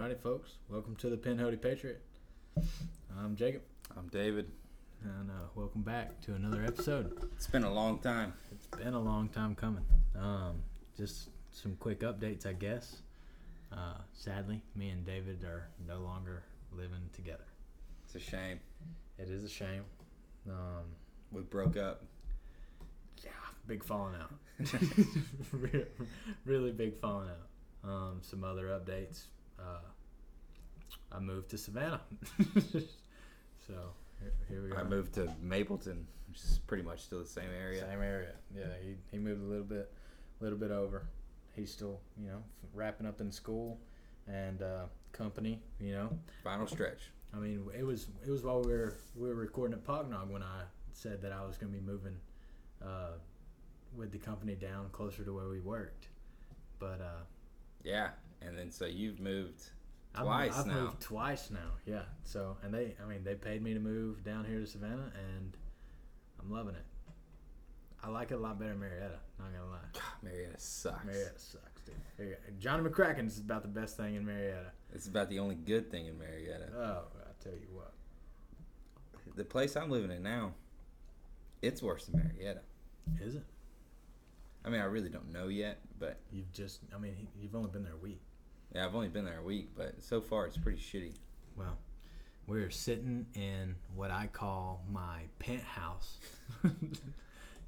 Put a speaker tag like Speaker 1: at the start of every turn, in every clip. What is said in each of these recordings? Speaker 1: Howdy, folks. Welcome to the Pin Hody Patriot. I'm Jacob,
Speaker 2: I'm David.
Speaker 1: and uh, welcome back to another episode.
Speaker 2: It's been a long time.
Speaker 1: It's been a long time coming. Um, just some quick updates, I guess. Uh, sadly, me and David are no longer living together.
Speaker 2: It's a shame.
Speaker 1: It is a shame. Um,
Speaker 2: We broke up.
Speaker 1: yeah, big falling out. Re- really big falling out. Um, some other updates. Uh, I moved to Savannah. so here, here we are.
Speaker 2: I moved to Mapleton, which is pretty much still the same area.
Speaker 1: Same area. Yeah, he, he moved a little bit, little bit over. He's still, you know, f- wrapping up in school and uh, company. You know,
Speaker 2: Final stretch.
Speaker 1: I mean, it was it was while we were we were recording at Pognog when I said that I was going to be moving uh, with the company down closer to where we worked. But uh,
Speaker 2: Yeah. And then so you've moved.
Speaker 1: I've-
Speaker 2: Twice
Speaker 1: I've,
Speaker 2: now.
Speaker 1: moved twice now. Yeah. So and they, I mean, they paid me to move down here to Savannah, and I'm loving it. I like it a lot better than Marietta. Not gonna lie.
Speaker 2: God, Marietta sucks.
Speaker 1: Marietta sucks, dude. There you go. Johnny McCracken's about the best thing in Marietta.
Speaker 2: It's about the only good thing in Marietta.
Speaker 1: Oh, I tell you what.
Speaker 2: The place I'm living in now, it's worse than Marietta.
Speaker 1: Is it?
Speaker 2: I mean, I really don't know yet, but
Speaker 1: You've just, I mean, he- you've only been there a week.
Speaker 2: yeah, I've only been there a week, but so far it's pretty shitty.
Speaker 1: Well, we're sitting in what I call my penthouse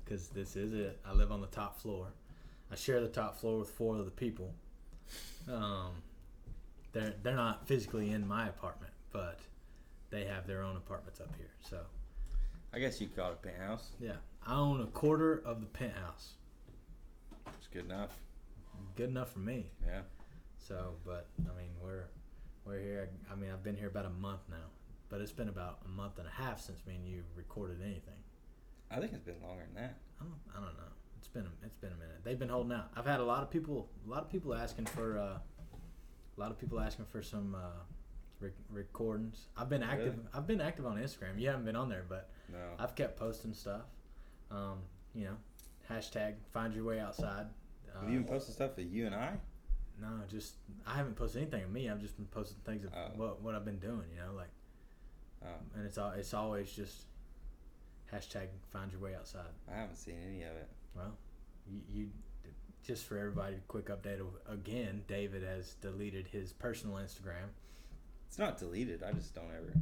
Speaker 1: because this is it. I live on the top floor. I share the top floor with four other people. Um, they're they're not physically in my apartment, but they have their own apartments up here. So
Speaker 2: I guess you call it a penthouse.
Speaker 1: yeah, I own a quarter of the penthouse.
Speaker 2: It's good enough.
Speaker 1: Good enough for me.
Speaker 2: Yeah.
Speaker 1: So, but I mean, we're we're here. I mean, I've been here about a month now, but it's been about a month and a half since me and you recorded anything.
Speaker 2: I think it's been longer than that.
Speaker 1: I don't, I don't know. It's been a, it's been a minute. They've been holding out. I've had a lot of people, a lot of people asking for, uh, a lot of people asking for some uh, rec- recordings. I've been active.
Speaker 2: Really?
Speaker 1: I've been active on Instagram. You haven't been on there, but
Speaker 2: No.
Speaker 1: I've kept posting stuff. Um, you know, hashtag find your way outside. Uh,
Speaker 2: Have you been posting stuff for you and I?
Speaker 1: No, just I haven't posted anything of me. I've just been posting things of
Speaker 2: Oh.
Speaker 1: what what I've been doing. You know, like
Speaker 2: Oh,
Speaker 1: and it's all it's always just hashtag find your way outside.
Speaker 2: I haven't seen any of it.
Speaker 1: Well, you, you just for everybody, quick update of- again. David has deleted his personal Instagram.
Speaker 2: It's not deleted. I just don't ever.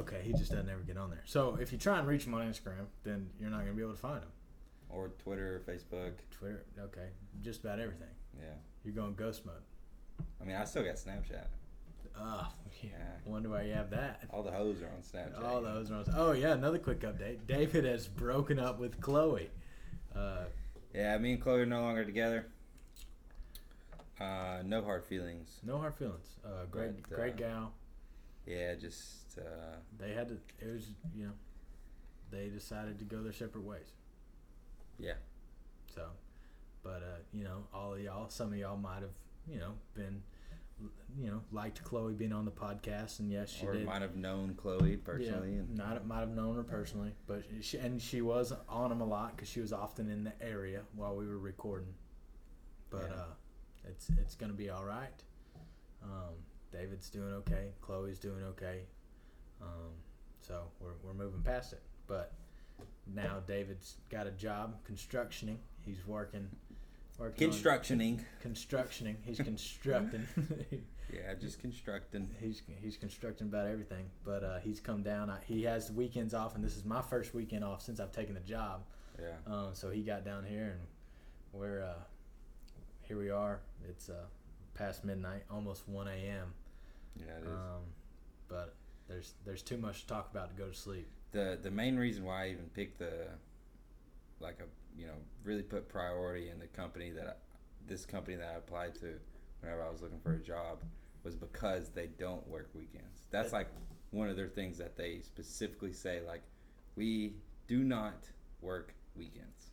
Speaker 1: Okay, he just doesn't ever get on there. So if you try and reach him on Instagram, then you're not gonna be able to find him.
Speaker 2: Or Twitter, or Facebook.
Speaker 1: Twitter, okay, just about everything.
Speaker 2: Yeah.
Speaker 1: You're going ghost mode.
Speaker 2: I mean, I still got Snapchat.
Speaker 1: Ah, yeah.
Speaker 2: Yeah.
Speaker 1: Wonder why you have that.
Speaker 2: All the hoes are on Snapchat.
Speaker 1: All those ones. Oh yeah, another quick update. David has broken up with Chloe. Uh,
Speaker 2: Yeah, me and Chloe are no longer together. Uh, no hard feelings.
Speaker 1: no hard feelings. Uh, great,
Speaker 2: But, uh,
Speaker 1: great gal.
Speaker 2: Yeah, just uh,
Speaker 1: They had to. It was you know, they decided to go their separate ways.
Speaker 2: Yeah.
Speaker 1: So, but uh, you know, all of y'all, some of y'all might have you know been, you know, liked Chloe being on the podcast, and yes, she
Speaker 2: or
Speaker 1: did.
Speaker 2: might have known Chloe personally,
Speaker 1: yeah,
Speaker 2: and
Speaker 1: not might have known her personally, but she and she was on him a lot because she was often in the area while we were recording. But
Speaker 2: Yeah.
Speaker 1: uh, it's it's gonna be all right. Um, David's doing okay. Chloe's doing okay. Um, so we're we're moving past it. But now David's got a job constructioning. He's working, working on
Speaker 2: constructioning.
Speaker 1: constructioning. He's constructing.
Speaker 2: Yeah, just constructing.
Speaker 1: he's he's constructing about everything, but uh, he's come down. I, he has weekends off, and this is my first weekend off since I've taken the job.
Speaker 2: Yeah,
Speaker 1: Um, so he got down here, and we're uh, here. We are. It's uh, past midnight, almost one a.m.
Speaker 2: yeah, it is.
Speaker 1: Um, but there's there's too much to talk about to go to sleep.
Speaker 2: the the main reason why I even picked the like a you know really put priority in the company that I, this company that I applied to whenever I was looking for a job was because they don't work weekends. That's like one of their things that they specifically say like we do not work weekends.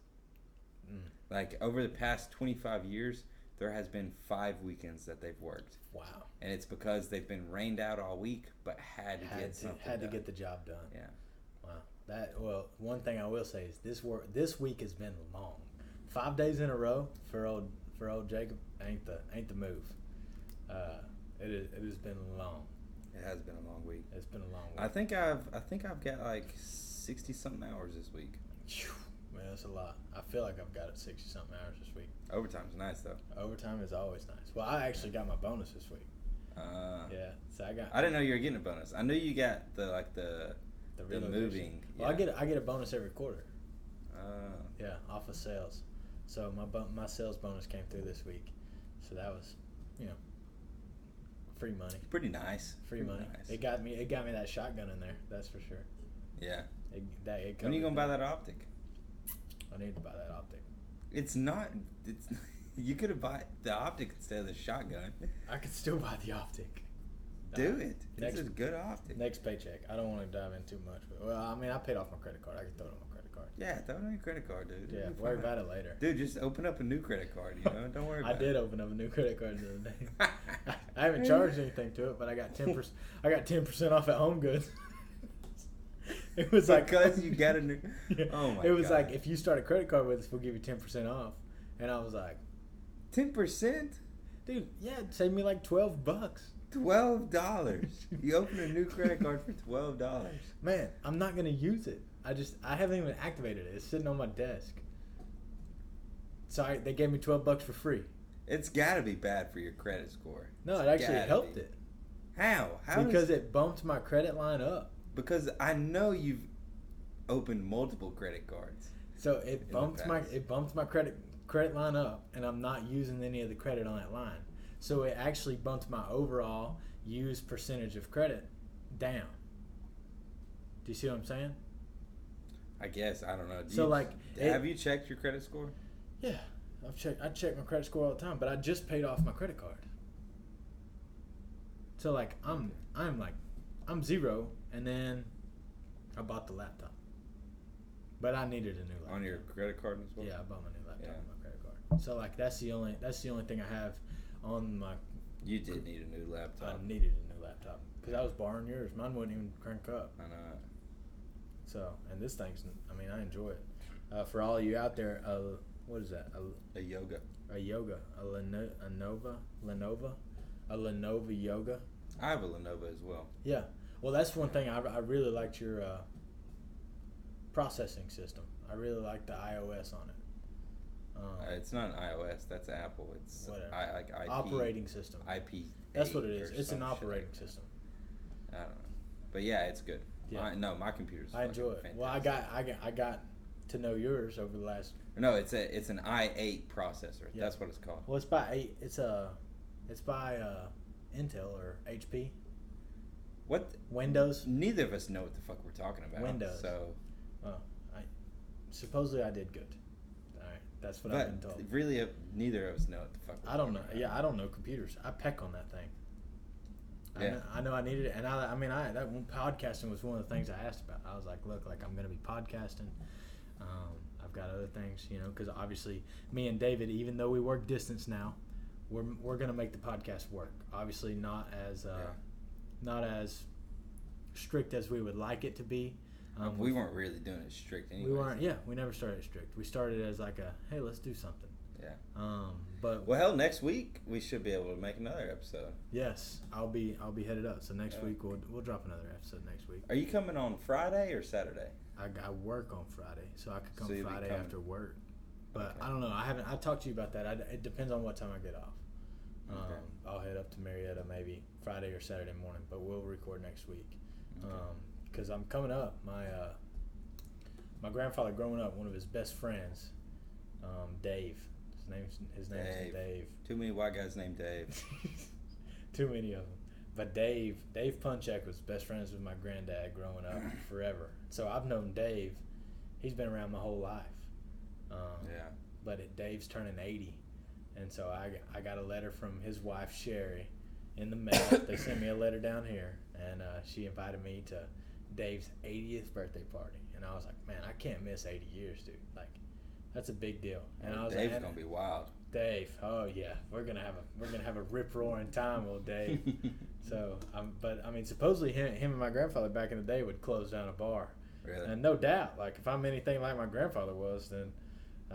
Speaker 1: Mm.
Speaker 2: Like over the past 25 years there has been 5 weekends that they've worked
Speaker 1: Wow.
Speaker 2: and it's because they've been rained out all week but had to
Speaker 1: Had
Speaker 2: get
Speaker 1: to,
Speaker 2: something
Speaker 1: had to
Speaker 2: done.
Speaker 1: get the job done.
Speaker 2: yeah.
Speaker 1: Wow. That well, one thing I will say is this work this week has been long. Five days in a row for old for old Jacob ain't the ain't the move. Uh, it it, it has been long.
Speaker 2: It has been a long week.
Speaker 1: It's been a long week.
Speaker 2: I think I've I think I've got like sixty something hours this week.
Speaker 1: Phew, man, that's a lot. I feel like I've got it sixty something hours this week.
Speaker 2: Overtime's nice though.
Speaker 1: Overtime is always nice. Well, I actually got my bonus this week.
Speaker 2: Uh,
Speaker 1: Yeah, so I got
Speaker 2: I didn't know you were getting a bonus. I knew you got the like the
Speaker 1: the,
Speaker 2: the
Speaker 1: relocation.
Speaker 2: moving.
Speaker 1: Well, I
Speaker 2: yeah.
Speaker 1: get a- I get a bonus every quarter.
Speaker 2: Uh,
Speaker 1: Yeah, off of sales. So my bon- my sales bonus came through this week, so that was, you know, free money.
Speaker 2: pretty nice.
Speaker 1: Free
Speaker 2: Pretty
Speaker 1: money.
Speaker 2: nice.
Speaker 1: It got me. It got me that shotgun in there. That's for sure.
Speaker 2: yeah.
Speaker 1: It, that it
Speaker 2: When are you
Speaker 1: covered
Speaker 2: gonna buy that optic?
Speaker 1: I need to buy that optic.
Speaker 2: It's not. It's you could have bought the optic instead of the shotgun.
Speaker 1: I could still buy the optic.
Speaker 2: Do it. This
Speaker 1: Next-
Speaker 2: is good optic.
Speaker 1: Next paycheck. I don't want to dive in too much. But, well, I mean, I paid off my credit card. I could throw it on my credit card.
Speaker 2: Yeah, throw it on your credit card, dude.
Speaker 1: Yeah,
Speaker 2: You'll be
Speaker 1: worry
Speaker 2: fine.
Speaker 1: about it later.
Speaker 2: Dude, just open up a new credit card. You know, don't worry.
Speaker 1: I
Speaker 2: about
Speaker 1: did
Speaker 2: It.
Speaker 1: open up a new credit card the other day. I haven't charged anything to it, but I got ten percent. I got ten percent off at Home Goods. it was like
Speaker 2: because you got a new.
Speaker 1: Yeah.
Speaker 2: Oh my.
Speaker 1: It was
Speaker 2: God.
Speaker 1: like if you start a credit card with us, we'll give you ten percent off. And I was like,
Speaker 2: ten percent,
Speaker 1: dude, yeah, it saved me like twelve bucks.
Speaker 2: twelve dollars. You open a new credit card for twelve dollars.
Speaker 1: Man, I'm not gonna use it. I just I haven't even activated it. It's sitting on my desk. Sorry, they gave me twelve bucks for free.
Speaker 2: It's got to be bad for your credit score.
Speaker 1: No,
Speaker 2: It's
Speaker 1: it actually
Speaker 2: gotta
Speaker 1: helped
Speaker 2: be.
Speaker 1: it
Speaker 2: How? How?
Speaker 1: because
Speaker 2: does,
Speaker 1: it bumped my credit line up.
Speaker 2: because I know you've opened multiple credit cards.
Speaker 1: So
Speaker 2: In
Speaker 1: it
Speaker 2: the
Speaker 1: bumped my
Speaker 2: past.
Speaker 1: it bumped my credit credit line up, and I'm not using any of the credit on that line. So it actually bumped my overall used percentage of credit down. Do you see what I'm saying?
Speaker 2: I guess I don't know. Do
Speaker 1: So,
Speaker 2: you-
Speaker 1: like, it-
Speaker 2: have you checked your credit score?
Speaker 1: Yeah, I've checked. I check my credit score all the time, but I just paid off my credit card. So like I'm I'm like I'm zero, and then I bought the laptop. But I needed a new laptop.
Speaker 2: On your credit card as well.
Speaker 1: Yeah, I bought my new laptop
Speaker 2: Yeah.
Speaker 1: and my credit card. So like that's the only that's the only thing I have on my.
Speaker 2: You did need a new laptop.
Speaker 1: I needed a new laptop because I was borrowing yours. Mine wouldn't even crank up.
Speaker 2: I know.
Speaker 1: So and this thing's I mean I enjoy it. Uh, for all you out there, uh, what is that? A,
Speaker 2: A yoga.
Speaker 1: a yoga, a, Leno, a Nova, Lenova, a Lenova yoga.
Speaker 2: I have a Lenovo as well.
Speaker 1: Yeah. Well, that's one thing I, I really liked your uh, processing system. I really like the iOS on it.
Speaker 2: Uh,
Speaker 1: Um,
Speaker 2: it's not an iOS. That's Apple. It's
Speaker 1: Whatever.
Speaker 2: I, like IP.
Speaker 1: operating system.
Speaker 2: IP.
Speaker 1: That's what it
Speaker 2: eight
Speaker 1: is.
Speaker 2: or
Speaker 1: It's an
Speaker 2: some shit.
Speaker 1: operating system.
Speaker 2: I don't know. But yeah, it's good.
Speaker 1: Yeah.
Speaker 2: My, no, my computer's.
Speaker 1: I enjoy it.
Speaker 2: fucking
Speaker 1: Well, I
Speaker 2: fantastic.
Speaker 1: got I got I got to know yours over the last.
Speaker 2: No, it's a it's an i8 processor.
Speaker 1: Yeah.
Speaker 2: That's what it's called.
Speaker 1: Well, it's by eight. It's uh, it's by uh, Intel or HP
Speaker 2: What?
Speaker 1: Windows.
Speaker 2: Neither of us know what the fuck we're talking about.
Speaker 1: Windows.
Speaker 2: So,
Speaker 1: Supposedly, I did good. All right, that's what
Speaker 2: but
Speaker 1: I've been told.
Speaker 2: really, uh, neither of us know what the fuck. We're
Speaker 1: I don't know.
Speaker 2: talking
Speaker 1: Yeah, I don't know computers. I peck on that thing. I,
Speaker 2: Yeah.
Speaker 1: know, I know I needed it, and I, I mean, I that one, podcasting was one of the things I asked about. I was like, look, like I'm gonna be podcasting. Um, I've got other things, you know, because obviously, me and David, even though we work distance now, we're we're gonna make the podcast work. Obviously, not as uh,
Speaker 2: Yeah.
Speaker 1: not as strict as we would like it to be.
Speaker 2: about.
Speaker 1: Um,
Speaker 2: we weren't really doing it strict. Anyways.
Speaker 1: we weren't. Yeah, we never started strict. We started as like a hey, let's do something.
Speaker 2: Yeah.
Speaker 1: Um, but
Speaker 2: Well, hell, next week we should be able to make another episode.
Speaker 1: Yes, I'll be I'll be headed up. So next
Speaker 2: Yeah.
Speaker 1: week we'll we'll drop another episode next week.
Speaker 2: Are you coming on Friday or Saturday?
Speaker 1: I, I work on Friday, so I could come
Speaker 2: So you'll be
Speaker 1: Friday
Speaker 2: coming.
Speaker 1: after work. But
Speaker 2: Okay.
Speaker 1: I don't know. I haven't. I talked to you about that. I, it depends on what time I get off. Um,
Speaker 2: Okay.
Speaker 1: I'll head up to Marietta maybe Friday or Saturday morning, but we'll record next week.
Speaker 2: Okay.
Speaker 1: Uh. Because I'm coming up. My uh, my grandfather growing up, one of his best friends, um, Dave. His name's his name's
Speaker 2: Dave.
Speaker 1: Dave.
Speaker 2: Too many white guys named Dave.
Speaker 1: Too many of them. But Dave, Dave Punchak was best friends with my granddad growing up forever. So I've known Dave. He's been around my whole life. Um,
Speaker 2: yeah.
Speaker 1: But it, Dave's turning 80. And so I, I got a letter from his wife, Sherry, in the mail. they sent me a letter down here. And uh, she invited me to Dave's 80th birthday party. And I was like, man, I can't miss 80 years, dude. Like, that's a big deal. And I was
Speaker 2: Dave's
Speaker 1: like,
Speaker 2: gonna be wild.
Speaker 1: Dave, oh yeah, we're gonna have a we're gonna have a rip roaring time old Dave. So, um, but I mean, supposedly him, him and my grandfather back in the day would close down a bar,
Speaker 2: really?
Speaker 1: and no doubt, like if I'm anything like my grandfather was, then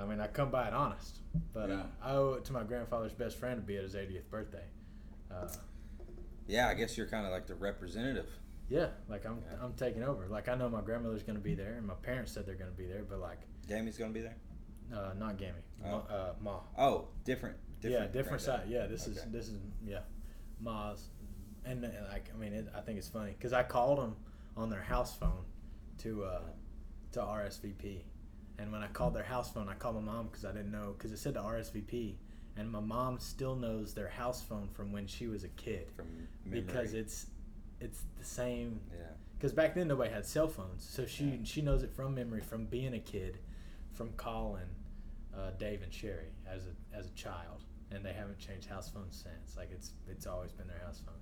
Speaker 1: I mean, I come by it honest. But uh,
Speaker 2: Yeah.
Speaker 1: I owe it to my grandfather's best friend to be at his 80th birthday. Uh,
Speaker 2: Yeah, I guess you're kind of like the representative.
Speaker 1: Yeah, like I'm
Speaker 2: Yeah.
Speaker 1: I'm taking over. Like I know my grandmother's gonna be there, and my parents said they're gonna be there, but like
Speaker 2: Jamie's gonna be there.
Speaker 1: uh, not Gammy, Ma,
Speaker 2: Oh.
Speaker 1: uh, Ma.
Speaker 2: Oh, different. different
Speaker 1: yeah, different
Speaker 2: granddad.
Speaker 1: side. Yeah, this is
Speaker 2: Okay.
Speaker 1: this is yeah, Ma's, and, and like I mean, it, I think it's funny because I called them on their house phone to uh, to RSVP, and when I called their house phone, I called my mom because I didn't know because it said to RSVP, and my mom still knows their house phone from when she was a kid
Speaker 2: from memory.
Speaker 1: because it's it's the same
Speaker 2: yeah.
Speaker 1: because back then nobody had cell phones, so she she knows it from memory, from being a kid, from calling uh, Dave and Sherry as a as a child, and they haven't changed house phones since. Like it's it's always been their house phone.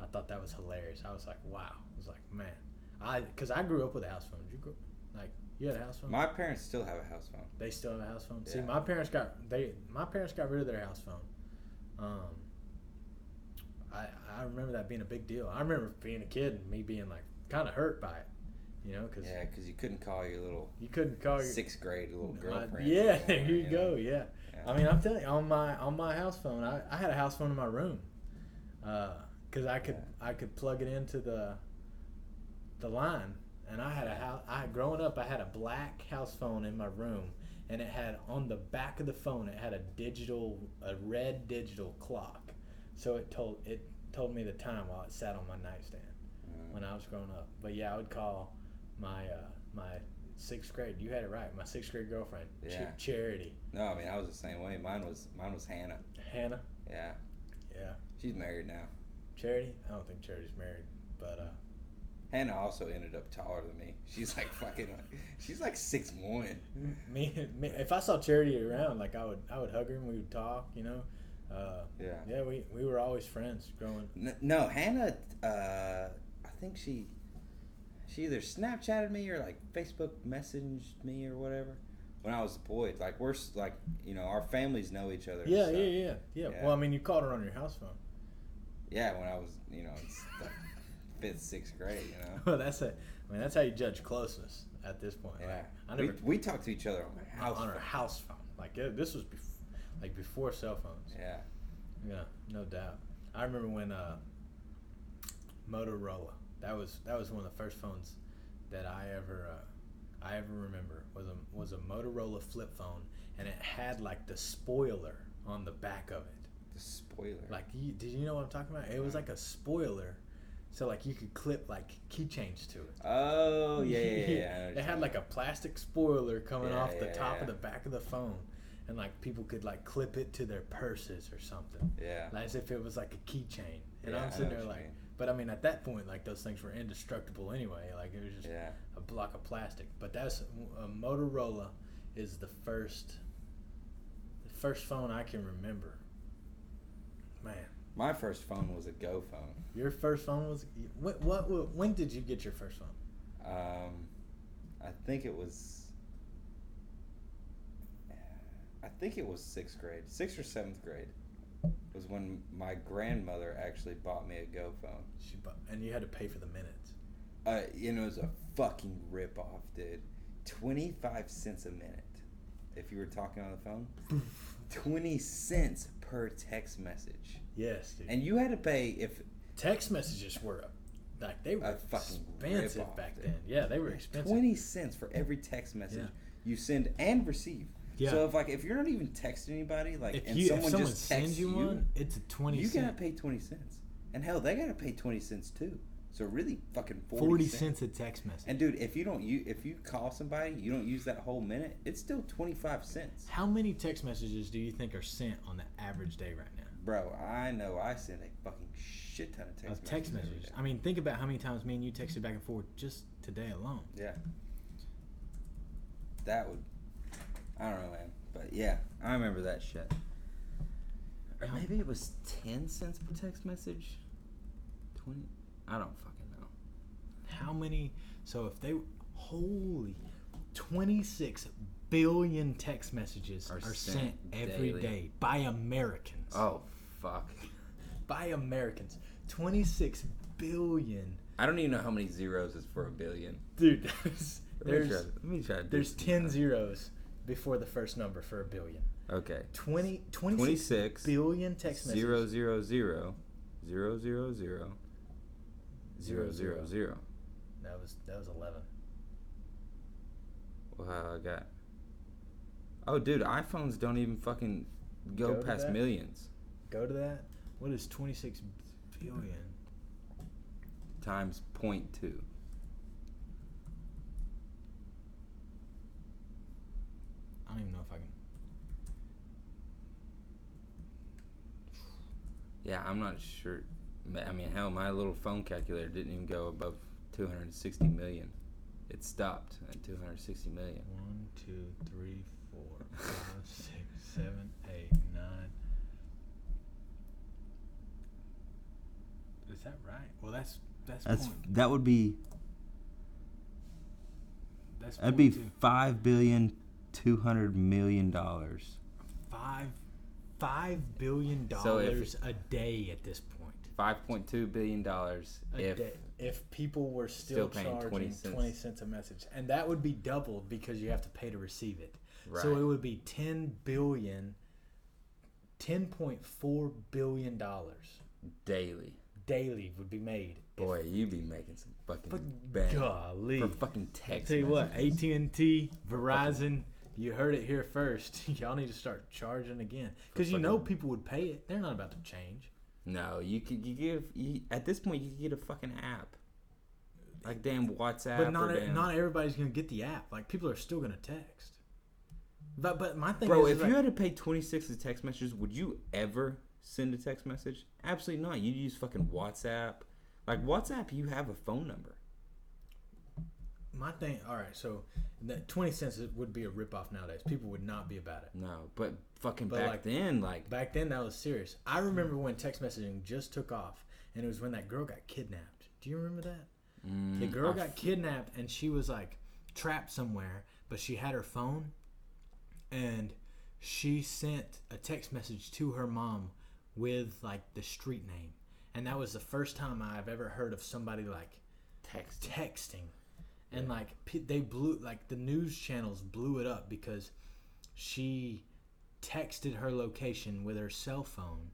Speaker 1: I thought that was hilarious. I was like, wow. I was like, man, I because I grew up with a house phone. Did you grow like you had a house phone?
Speaker 2: My parents still have a house phone.
Speaker 1: they still have a house phone. See,
Speaker 2: Yeah.
Speaker 1: my parents got they my parents got rid of their house phone. Um, I I remember that being a big deal. I remember being a kid and me being like kind of hurt by it, you know, because
Speaker 2: Yeah, because you couldn't call your little
Speaker 1: you couldn't call Oh, your
Speaker 2: sixth grade little
Speaker 1: my-
Speaker 2: girlfriend.
Speaker 1: yeah,
Speaker 2: anymore,
Speaker 1: there you, go.
Speaker 2: know?
Speaker 1: Yeah.
Speaker 2: Yeah.
Speaker 1: I mean, I'm telling you, on my on my house phone, I, I had a house phone in my room, because I could I could plug it into the the line, and I had a house. I growing up, I had a black house phone in my room, and it had on the back of the phone, it had a digital a red digital clock, so it told it told me the time while it sat on my nightstand
Speaker 2: Uh,
Speaker 1: when I was growing up. But yeah, I would call my uh, my sixth grade. You had it right. My sixth grade girlfriend, Ch-
Speaker 2: Yeah.
Speaker 1: Charity
Speaker 2: no, I mean I was the same way. Mine was mine was Hannah.
Speaker 1: Hannah.
Speaker 2: Yeah,
Speaker 1: Yeah,
Speaker 2: she's married now.
Speaker 1: Charity. I don't think Charity's married, but uh,
Speaker 2: Hannah also ended up taller than me. She's like fucking, she's like six one.
Speaker 1: me, me if I saw Charity around, like I would I would hug her and we would talk. You know. Uh,
Speaker 2: Yeah.
Speaker 1: yeah, we, we were always friends growing.
Speaker 2: N- No, Hannah. Uh, I think she, she either Snapchatted me or like Facebook messaged me or whatever. When I was deployed, like we're s- like you know our families know each other. and
Speaker 1: Yeah,
Speaker 2: stuff.
Speaker 1: yeah, yeah, yeah,
Speaker 2: Yeah.
Speaker 1: Well, I mean, you called her on your house phone.
Speaker 2: Yeah, when I was you know in s- like fifth sixth grade, you know.
Speaker 1: Well, that's a. I mean, that's how you judge closeness at this point.
Speaker 2: Yeah,
Speaker 1: Like, I never
Speaker 2: we, we talked to each other on the
Speaker 1: on
Speaker 2: house. phone.
Speaker 1: her house phone. Like yeah, this was bef- like before cell phones.
Speaker 2: Yeah,
Speaker 1: Yeah, no doubt. I remember when uh, Motorola. That was that was one of the first phones that I ever uh, I ever remember was a was a Motorola flip phone, and it had like the spoiler on the back of it.
Speaker 2: the spoiler.
Speaker 1: Like, you, did you know what I'm talking about? It was like a spoiler, so like you could clip like keychains to it.
Speaker 2: oh yeah, yeah, yeah. I know what
Speaker 1: they
Speaker 2: you're
Speaker 1: had like a plastic spoiler coming
Speaker 2: Yeah,
Speaker 1: off the
Speaker 2: yeah,
Speaker 1: top
Speaker 2: yeah.
Speaker 1: of the back of the phone, and like people could like clip it to their purses or something,
Speaker 2: talking- yeah.
Speaker 1: as if it was like a keychain. And
Speaker 2: Yeah, I
Speaker 1: I'm
Speaker 2: know
Speaker 1: sitting
Speaker 2: what
Speaker 1: there
Speaker 2: you
Speaker 1: like,
Speaker 2: mean.
Speaker 1: but I mean at that point like those things were indestructible anyway. Like it was just
Speaker 2: yeah,
Speaker 1: a block of plastic. But that's a Motorola is the first, the first phone I can remember. Man,
Speaker 2: my first phone was a Go phone.
Speaker 1: your first phone was what? What? what when did you get your first phone?
Speaker 2: Um, I think it was. I think it was sixth grade, sixth or seventh grade, was when my grandmother actually bought me a Go phone.
Speaker 1: She bought, and you had to pay for the minutes.
Speaker 2: Uh, you know, it was a fucking rip off, dude. Twenty five cents a minute, if you were talking on the phone. Twenty cents per text message,
Speaker 1: Yes, dude.
Speaker 2: and you had to pay if
Speaker 1: text messages were like they were
Speaker 2: A fucking
Speaker 1: expensive
Speaker 2: rip-off,
Speaker 1: back
Speaker 2: dude.
Speaker 1: then. Yeah, they were expensive.
Speaker 2: Twenty cents for every text message
Speaker 1: Yeah.
Speaker 2: you send and receive.
Speaker 1: Yeah.
Speaker 2: So if like if you're not even texting anybody, like
Speaker 1: if
Speaker 2: and
Speaker 1: you
Speaker 2: someone,
Speaker 1: if someone
Speaker 2: just
Speaker 1: sends
Speaker 2: texts
Speaker 1: you
Speaker 2: you,
Speaker 1: one, it's a twenty.
Speaker 2: you
Speaker 1: cent-
Speaker 2: gotta pay twenty cents. And hell, they gotta pay twenty cents too. So really, fucking forty,
Speaker 1: forty
Speaker 2: cents.
Speaker 1: cents a text message.
Speaker 2: And dude, if you don't you if you call somebody, you don't use that whole minute. It's still twenty five cents,
Speaker 1: How many text messages do you think are sent on the average day right now?
Speaker 2: bro. I know I send a fucking shit ton of text
Speaker 1: Of
Speaker 2: messages.
Speaker 1: text
Speaker 2: every
Speaker 1: messages.
Speaker 2: day.
Speaker 1: I mean, think about how many times me and you texted back and forth just today alone.
Speaker 2: Yeah. That would. I don't know, man. But yeah, I remember that shit. Or
Speaker 1: Yeah.
Speaker 2: maybe it was 10 cents per text message? 20? I don't fucking know.
Speaker 1: How many? So if they holy, twenty six billion text messages are,
Speaker 2: Are
Speaker 1: sent,
Speaker 2: sent
Speaker 1: every day
Speaker 2: daily.
Speaker 1: by Americans.
Speaker 2: Oh, fuck.
Speaker 1: by Americans. 26 billion.
Speaker 2: I don't even know how many zeros is for a billion.
Speaker 1: Dude, there's
Speaker 2: Let me
Speaker 1: there's,
Speaker 2: try- let me try to do
Speaker 1: there's
Speaker 2: some
Speaker 1: 10
Speaker 2: math.
Speaker 1: zeros before the first number for a billion.
Speaker 2: Okay.
Speaker 1: 20, 26
Speaker 2: 26,
Speaker 1: billion text messages.
Speaker 2: zero, zero, zero, zero zero zero zero zero zero.
Speaker 1: That was that was eleven.
Speaker 2: Wow, uh, I got. Oh, dude, iPhones don't even fucking go,
Speaker 1: Go to
Speaker 2: past
Speaker 1: that?
Speaker 2: millions
Speaker 1: Go to that. What is twenty six billion?
Speaker 2: times point two.
Speaker 1: I don't even know if I can.
Speaker 2: Yeah, I'm not sure. Ma- I mean, hell, my little phone calculator didn't even go above 260 million. It stopped at 260 million.
Speaker 1: One, two, three, four, five, six, seven, eight, nine. Is that right? Well, that's that's
Speaker 3: That's
Speaker 1: point.
Speaker 3: that would be
Speaker 1: That's
Speaker 3: that'd be
Speaker 1: point two.
Speaker 3: five billion two hundred million dollars.
Speaker 1: five five billion
Speaker 2: So if-
Speaker 1: dollars a day at this point.
Speaker 2: 5.2 billion dollars
Speaker 1: A
Speaker 2: if
Speaker 1: day. if people were still,
Speaker 2: still paying
Speaker 1: charging
Speaker 2: 20
Speaker 1: 20
Speaker 2: cents.
Speaker 1: cents. a message, and that would be doubled because you have to pay to receive it. So
Speaker 2: Right.
Speaker 1: it would be ten billion, ten point four billion dollars
Speaker 2: daily.
Speaker 1: daily would be made.
Speaker 2: Boy, you be making some fucking
Speaker 1: But
Speaker 2: bang
Speaker 1: golly,
Speaker 2: for fucking text.
Speaker 1: tell you what,
Speaker 2: messages.
Speaker 1: AT and T, Verizon, you heard it here first. Y'all need to start charging again because you know
Speaker 2: fucking-
Speaker 1: people would pay it. They're not about to change.
Speaker 2: No, you could you give you, at this point you could get a fucking app, like damn WhatsApp.
Speaker 1: But not e,
Speaker 2: or damn,
Speaker 1: not everybody's gonna get the app. Like people are still gonna text. But but my thing
Speaker 2: Bro,
Speaker 1: is,
Speaker 2: if you had to pay twenty six to text messages, would you ever send a text message? Absolutely not. You'd use fucking WhatsApp. Like WhatsApp, you have a phone number.
Speaker 1: my thing. All right, so that twenty cents is- would be a ripoff nowadays. People would not be about it.
Speaker 2: No, but fucking
Speaker 1: But,
Speaker 2: back
Speaker 1: like-
Speaker 2: then, like
Speaker 1: Back then, that was serious. I remember when text messaging just took off, and it was when that girl got kidnapped. Do you remember that? the girl
Speaker 2: I
Speaker 1: got kidnapped, and she was like trapped somewhere, but she had her phone, and she sent a text message to her mom with like the street name, and that was the first time I've ever heard of somebody like
Speaker 2: text.
Speaker 1: texting and like p- they blew like the news channels blew it up because she texted her location with her cell phone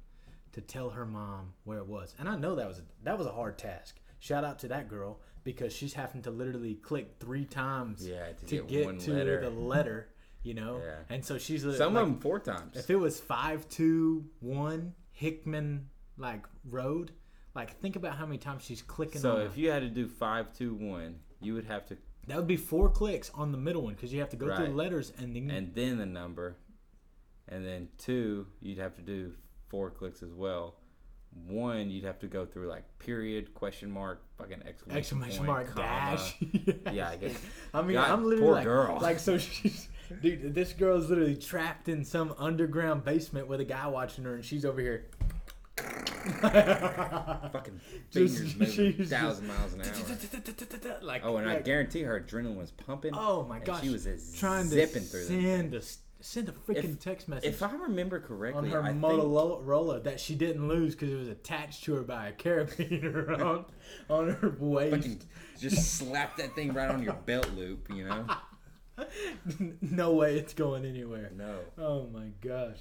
Speaker 1: to tell her mom where it was and i know that was a, that was a hard task shout out to that girl because she's having to literally click three times
Speaker 2: Yeah, to
Speaker 1: to
Speaker 2: get
Speaker 1: get,
Speaker 2: one
Speaker 1: to
Speaker 2: letter.
Speaker 1: the letter you know
Speaker 2: Yeah.
Speaker 1: and so she's li-
Speaker 2: Some
Speaker 1: like,
Speaker 2: of them four times.
Speaker 1: if it was 521 hickman like road like think about how many times she's clicking
Speaker 2: so
Speaker 1: on
Speaker 2: if you had to do five, two, one, you would have to,
Speaker 1: That would be four clicks on the middle one because you have to go through
Speaker 2: Right.
Speaker 1: the letters and then
Speaker 2: and then the number, and then two, you'd have to do four clicks as well. One, you'd have to go through like period, question mark, fucking exclamation,
Speaker 1: exclamation
Speaker 2: point,
Speaker 1: mark
Speaker 2: comma.
Speaker 1: dash.
Speaker 2: Yeah, I guess.
Speaker 1: I mean,
Speaker 2: God,
Speaker 1: I'm literally
Speaker 2: poor
Speaker 1: like,
Speaker 2: girl.
Speaker 1: like so she's dude. This girl's literally trapped in some underground basement with a guy watching her, and she's over here.
Speaker 2: fucking
Speaker 1: Just-
Speaker 2: fingers moving
Speaker 1: she's
Speaker 2: thousand miles an hour.
Speaker 1: like
Speaker 2: Oh, and I
Speaker 1: like,
Speaker 2: guarantee her adrenaline was pumping.
Speaker 1: oh my
Speaker 2: and
Speaker 1: gosh,
Speaker 2: she was just
Speaker 1: trying
Speaker 2: zipping
Speaker 1: to
Speaker 2: through
Speaker 1: send
Speaker 2: them.
Speaker 1: a s- send a freaking text message
Speaker 2: If I remember
Speaker 1: on
Speaker 2: correctly,
Speaker 1: her
Speaker 2: I think
Speaker 1: Motorola that she didn't lose because it was attached to her by a carabiner on on her waist.
Speaker 2: fucking just slap that thing right on your belt loop. You know?
Speaker 1: no way it's going anywhere.
Speaker 2: No,
Speaker 1: Oh my gosh.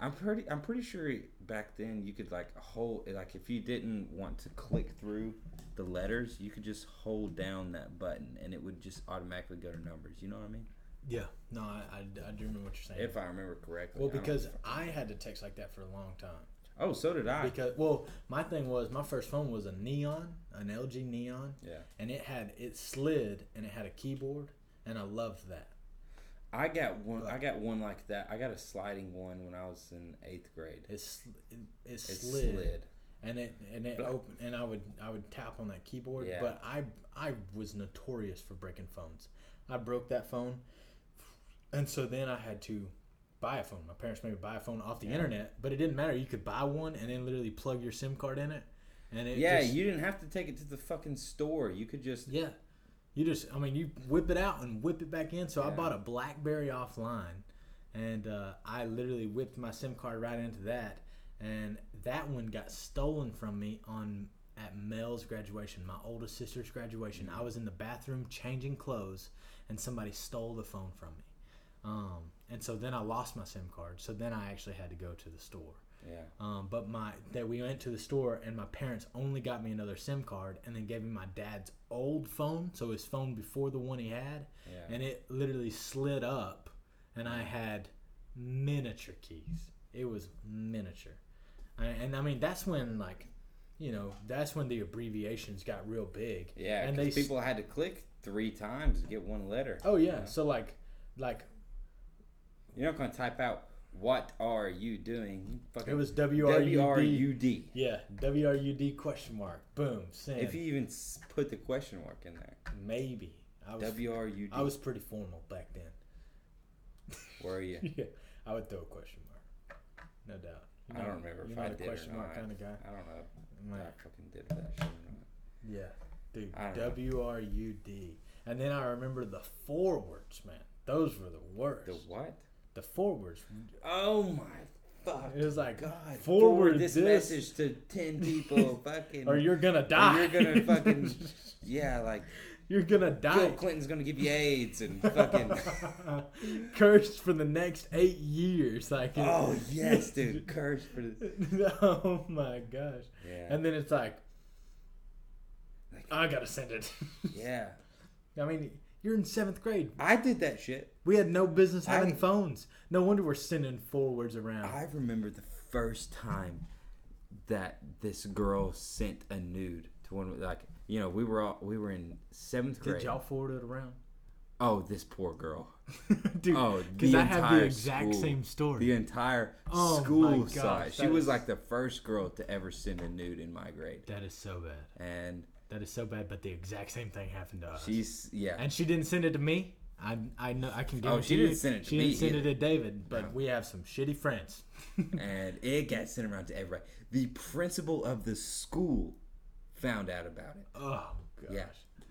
Speaker 2: I'm pretty. I'm pretty sure back then you could like hold like if you didn't want to click through the letters, you could just hold down that button and it would just automatically go to numbers. You know what I mean?
Speaker 1: Yeah. No, I, I, I do remember what you're saying.
Speaker 2: If I remember correctly.
Speaker 1: well,
Speaker 2: I don't-
Speaker 1: because I had to text like that for a long time.
Speaker 2: oh, so did I.
Speaker 1: Because well, my thing was my first phone was a neon, an LG neon,
Speaker 2: yeah.
Speaker 1: and it had it slid and it had a keyboard, and I loved that.
Speaker 2: I got one. I got one like that. I got a sliding one when I was in eighth grade.
Speaker 1: It sl- it, it,
Speaker 2: It
Speaker 1: slid,
Speaker 2: slid.
Speaker 1: and it and it
Speaker 2: Blah.
Speaker 1: opened, and I would I would tap on that keyboard,
Speaker 2: Yeah.
Speaker 1: but I I was notorious for breaking phones. I broke that phone, and so then I had to buy a phone. My parents made me buy a phone off the internet, but it didn't matter. You could buy one and then literally plug your SIM card in it, and it
Speaker 2: Yeah,
Speaker 1: just-
Speaker 2: you didn't have to take it to the fucking store. You could just
Speaker 1: yeah. You just, I mean, you whip it out and whip it back in. So I
Speaker 2: Yeah.
Speaker 1: bought a BlackBerry offline, and uh, I literally whipped my SIM card right into that, and that one got stolen from me on at Mel's graduation, my oldest sister's graduation. I was in the bathroom changing clothes, and somebody stole the phone from me. Um, and so then I lost my SIM card. So then I actually had to go to the store
Speaker 2: Yeah.
Speaker 1: Um, but my that we went to the store and my parents only got me another SIM card and then gave me my dad's old phone, so his phone before the one he had,
Speaker 2: Yeah.
Speaker 1: and it literally slid up, and I had miniature keys. It was miniature, and, and I mean that's when like, you know, that's when the abbreviations got real big.
Speaker 2: Yeah,
Speaker 1: and
Speaker 2: 'cause
Speaker 1: they s-
Speaker 2: people had to click three times to get one letter.
Speaker 1: Oh yeah, so like, like
Speaker 2: You're not gonna type out what are you doing? You Fucking
Speaker 1: it was W R U D.
Speaker 2: WRUD.
Speaker 1: Yeah, W R U D question mark. Boom. Send.
Speaker 2: If you even s- put the question mark in there,
Speaker 1: Maybe. I was
Speaker 2: W R U D.
Speaker 1: I was pretty formal back then.
Speaker 2: Where are you?
Speaker 1: yeah, I would throw a question mark, no doubt. You
Speaker 2: I
Speaker 1: know-
Speaker 2: don't remember
Speaker 1: you
Speaker 2: if
Speaker 1: know
Speaker 2: I
Speaker 1: the
Speaker 2: did
Speaker 1: question
Speaker 2: or
Speaker 1: mark
Speaker 2: not.
Speaker 1: kind of guy.
Speaker 2: I don't know.
Speaker 1: I'm
Speaker 2: if
Speaker 1: like,
Speaker 2: I fucking did that shit. Or not.
Speaker 1: yeah, dude,
Speaker 2: I don't know.
Speaker 1: W R U D. And then I remember the forwards, man. Those were the worst.
Speaker 2: The what?
Speaker 1: The forwards.
Speaker 2: Oh my fuck!
Speaker 1: It was like
Speaker 2: God,
Speaker 1: God, forward
Speaker 2: this,
Speaker 1: this,
Speaker 2: message to ten people. fucking.
Speaker 1: or you're gonna
Speaker 2: or
Speaker 1: die.
Speaker 2: you're gonna fucking. Yeah, like
Speaker 1: you're gonna
Speaker 2: Bill
Speaker 1: die.
Speaker 2: Clinton's gonna give you AIDS and fucking.
Speaker 1: Cursed for the next eight years. Like, it-
Speaker 2: oh yes, dude. Curse for the.
Speaker 1: oh my gosh.
Speaker 2: Yeah.
Speaker 1: And then it's like,
Speaker 2: Like-
Speaker 1: I gotta send it.
Speaker 2: yeah.
Speaker 1: I mean, you're in seventh grade.
Speaker 2: I did that shit.
Speaker 1: We had no business having
Speaker 2: I-
Speaker 1: phones. No wonder we're sending forwards around.
Speaker 2: I remember the first time that this girl sent a nude to one like you know we were all we were in seventh grade.
Speaker 1: Did y'all forward it around?
Speaker 2: oh, this poor girl.
Speaker 1: Dude,
Speaker 2: Oh,
Speaker 1: because
Speaker 2: the
Speaker 1: I have
Speaker 2: entire
Speaker 1: the exact
Speaker 2: school.
Speaker 1: same story.
Speaker 2: The entire
Speaker 1: Oh my
Speaker 2: school
Speaker 1: gosh,
Speaker 2: saw it. She
Speaker 1: that
Speaker 2: was
Speaker 1: is-
Speaker 2: like the first girl to ever send a nude in my grade,
Speaker 1: that is so bad.
Speaker 2: and
Speaker 1: That is so bad. But the exact same thing happened to us.
Speaker 2: she's yeah.
Speaker 1: and she didn't send it to me. I I know I can guarantee.
Speaker 2: Oh, she didn't
Speaker 1: you,
Speaker 2: send it to
Speaker 1: She
Speaker 2: me
Speaker 1: didn't send
Speaker 2: either.
Speaker 1: it to David. But we have some shitty friends.
Speaker 2: and it got sent around to everybody. The principal of the school found out about it.
Speaker 1: Oh gosh.
Speaker 2: Yeah.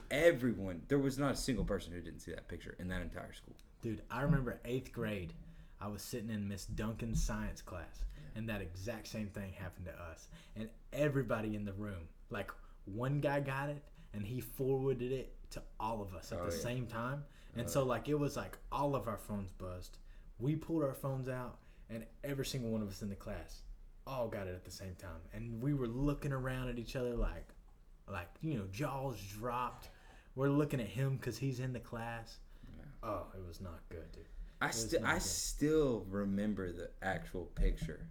Speaker 2: Everyone, there was not a single person who didn't see that picture in that entire school.
Speaker 1: Dude, I remember eighth grade. I was sitting in Miss Duncan's science class, and that exact same thing happened to us. And everybody in the room, like one guy got it, and he forwarded it to all of us at
Speaker 2: Oh,
Speaker 1: the
Speaker 2: yeah. Uh-huh.
Speaker 1: same time. And so, like, it was like all of our phones buzzed. We pulled our phones out, and every single one of us in the class all got it at the same time. And we were looking around at each other like, like you know, jaws dropped. We're looking at him because he's in the class. Oh, it was not good, dude.
Speaker 2: I still I still remember the actual picture.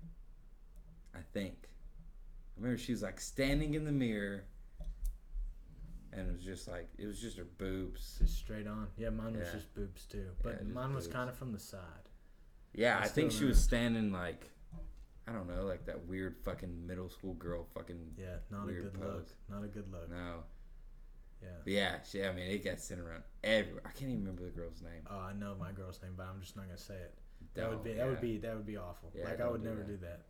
Speaker 2: I think. I remember she was like standing in the mirror and it was just like it was just her boobs.
Speaker 1: Just straight on. Yeah, mine was
Speaker 2: Yeah.
Speaker 1: just boobs too, but
Speaker 2: just
Speaker 1: mine was
Speaker 2: boobs.
Speaker 1: kind of from the side.
Speaker 2: Yeah,
Speaker 1: I
Speaker 2: I,
Speaker 1: still
Speaker 2: think she was standing like I don't know, like that weird fucking middle school girl fucking
Speaker 1: Yeah, not
Speaker 2: Weird
Speaker 1: a good look.
Speaker 2: pose.
Speaker 1: Not a good look.
Speaker 2: no.
Speaker 1: Yeah.
Speaker 2: But yeah, she I mean it got sent around everywhere. I can't even remember the girl's name.
Speaker 1: Oh, I know my girl's name, but I'm just not gonna say it. That
Speaker 2: Don't-
Speaker 1: would be that
Speaker 2: yeah.
Speaker 1: would be that would be awful.
Speaker 2: Yeah,
Speaker 1: like I
Speaker 2: don't
Speaker 1: would
Speaker 2: do
Speaker 1: never
Speaker 2: that.
Speaker 1: do that,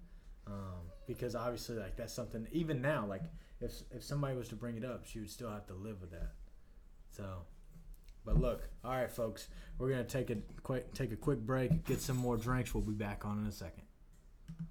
Speaker 1: um, because obviously like that's something even now like if if somebody was to bring it up, she would still have to live with that. So, but look, all right, folks, we're gonna take a quick take a quick break, get some more drinks. We'll be back on in a second.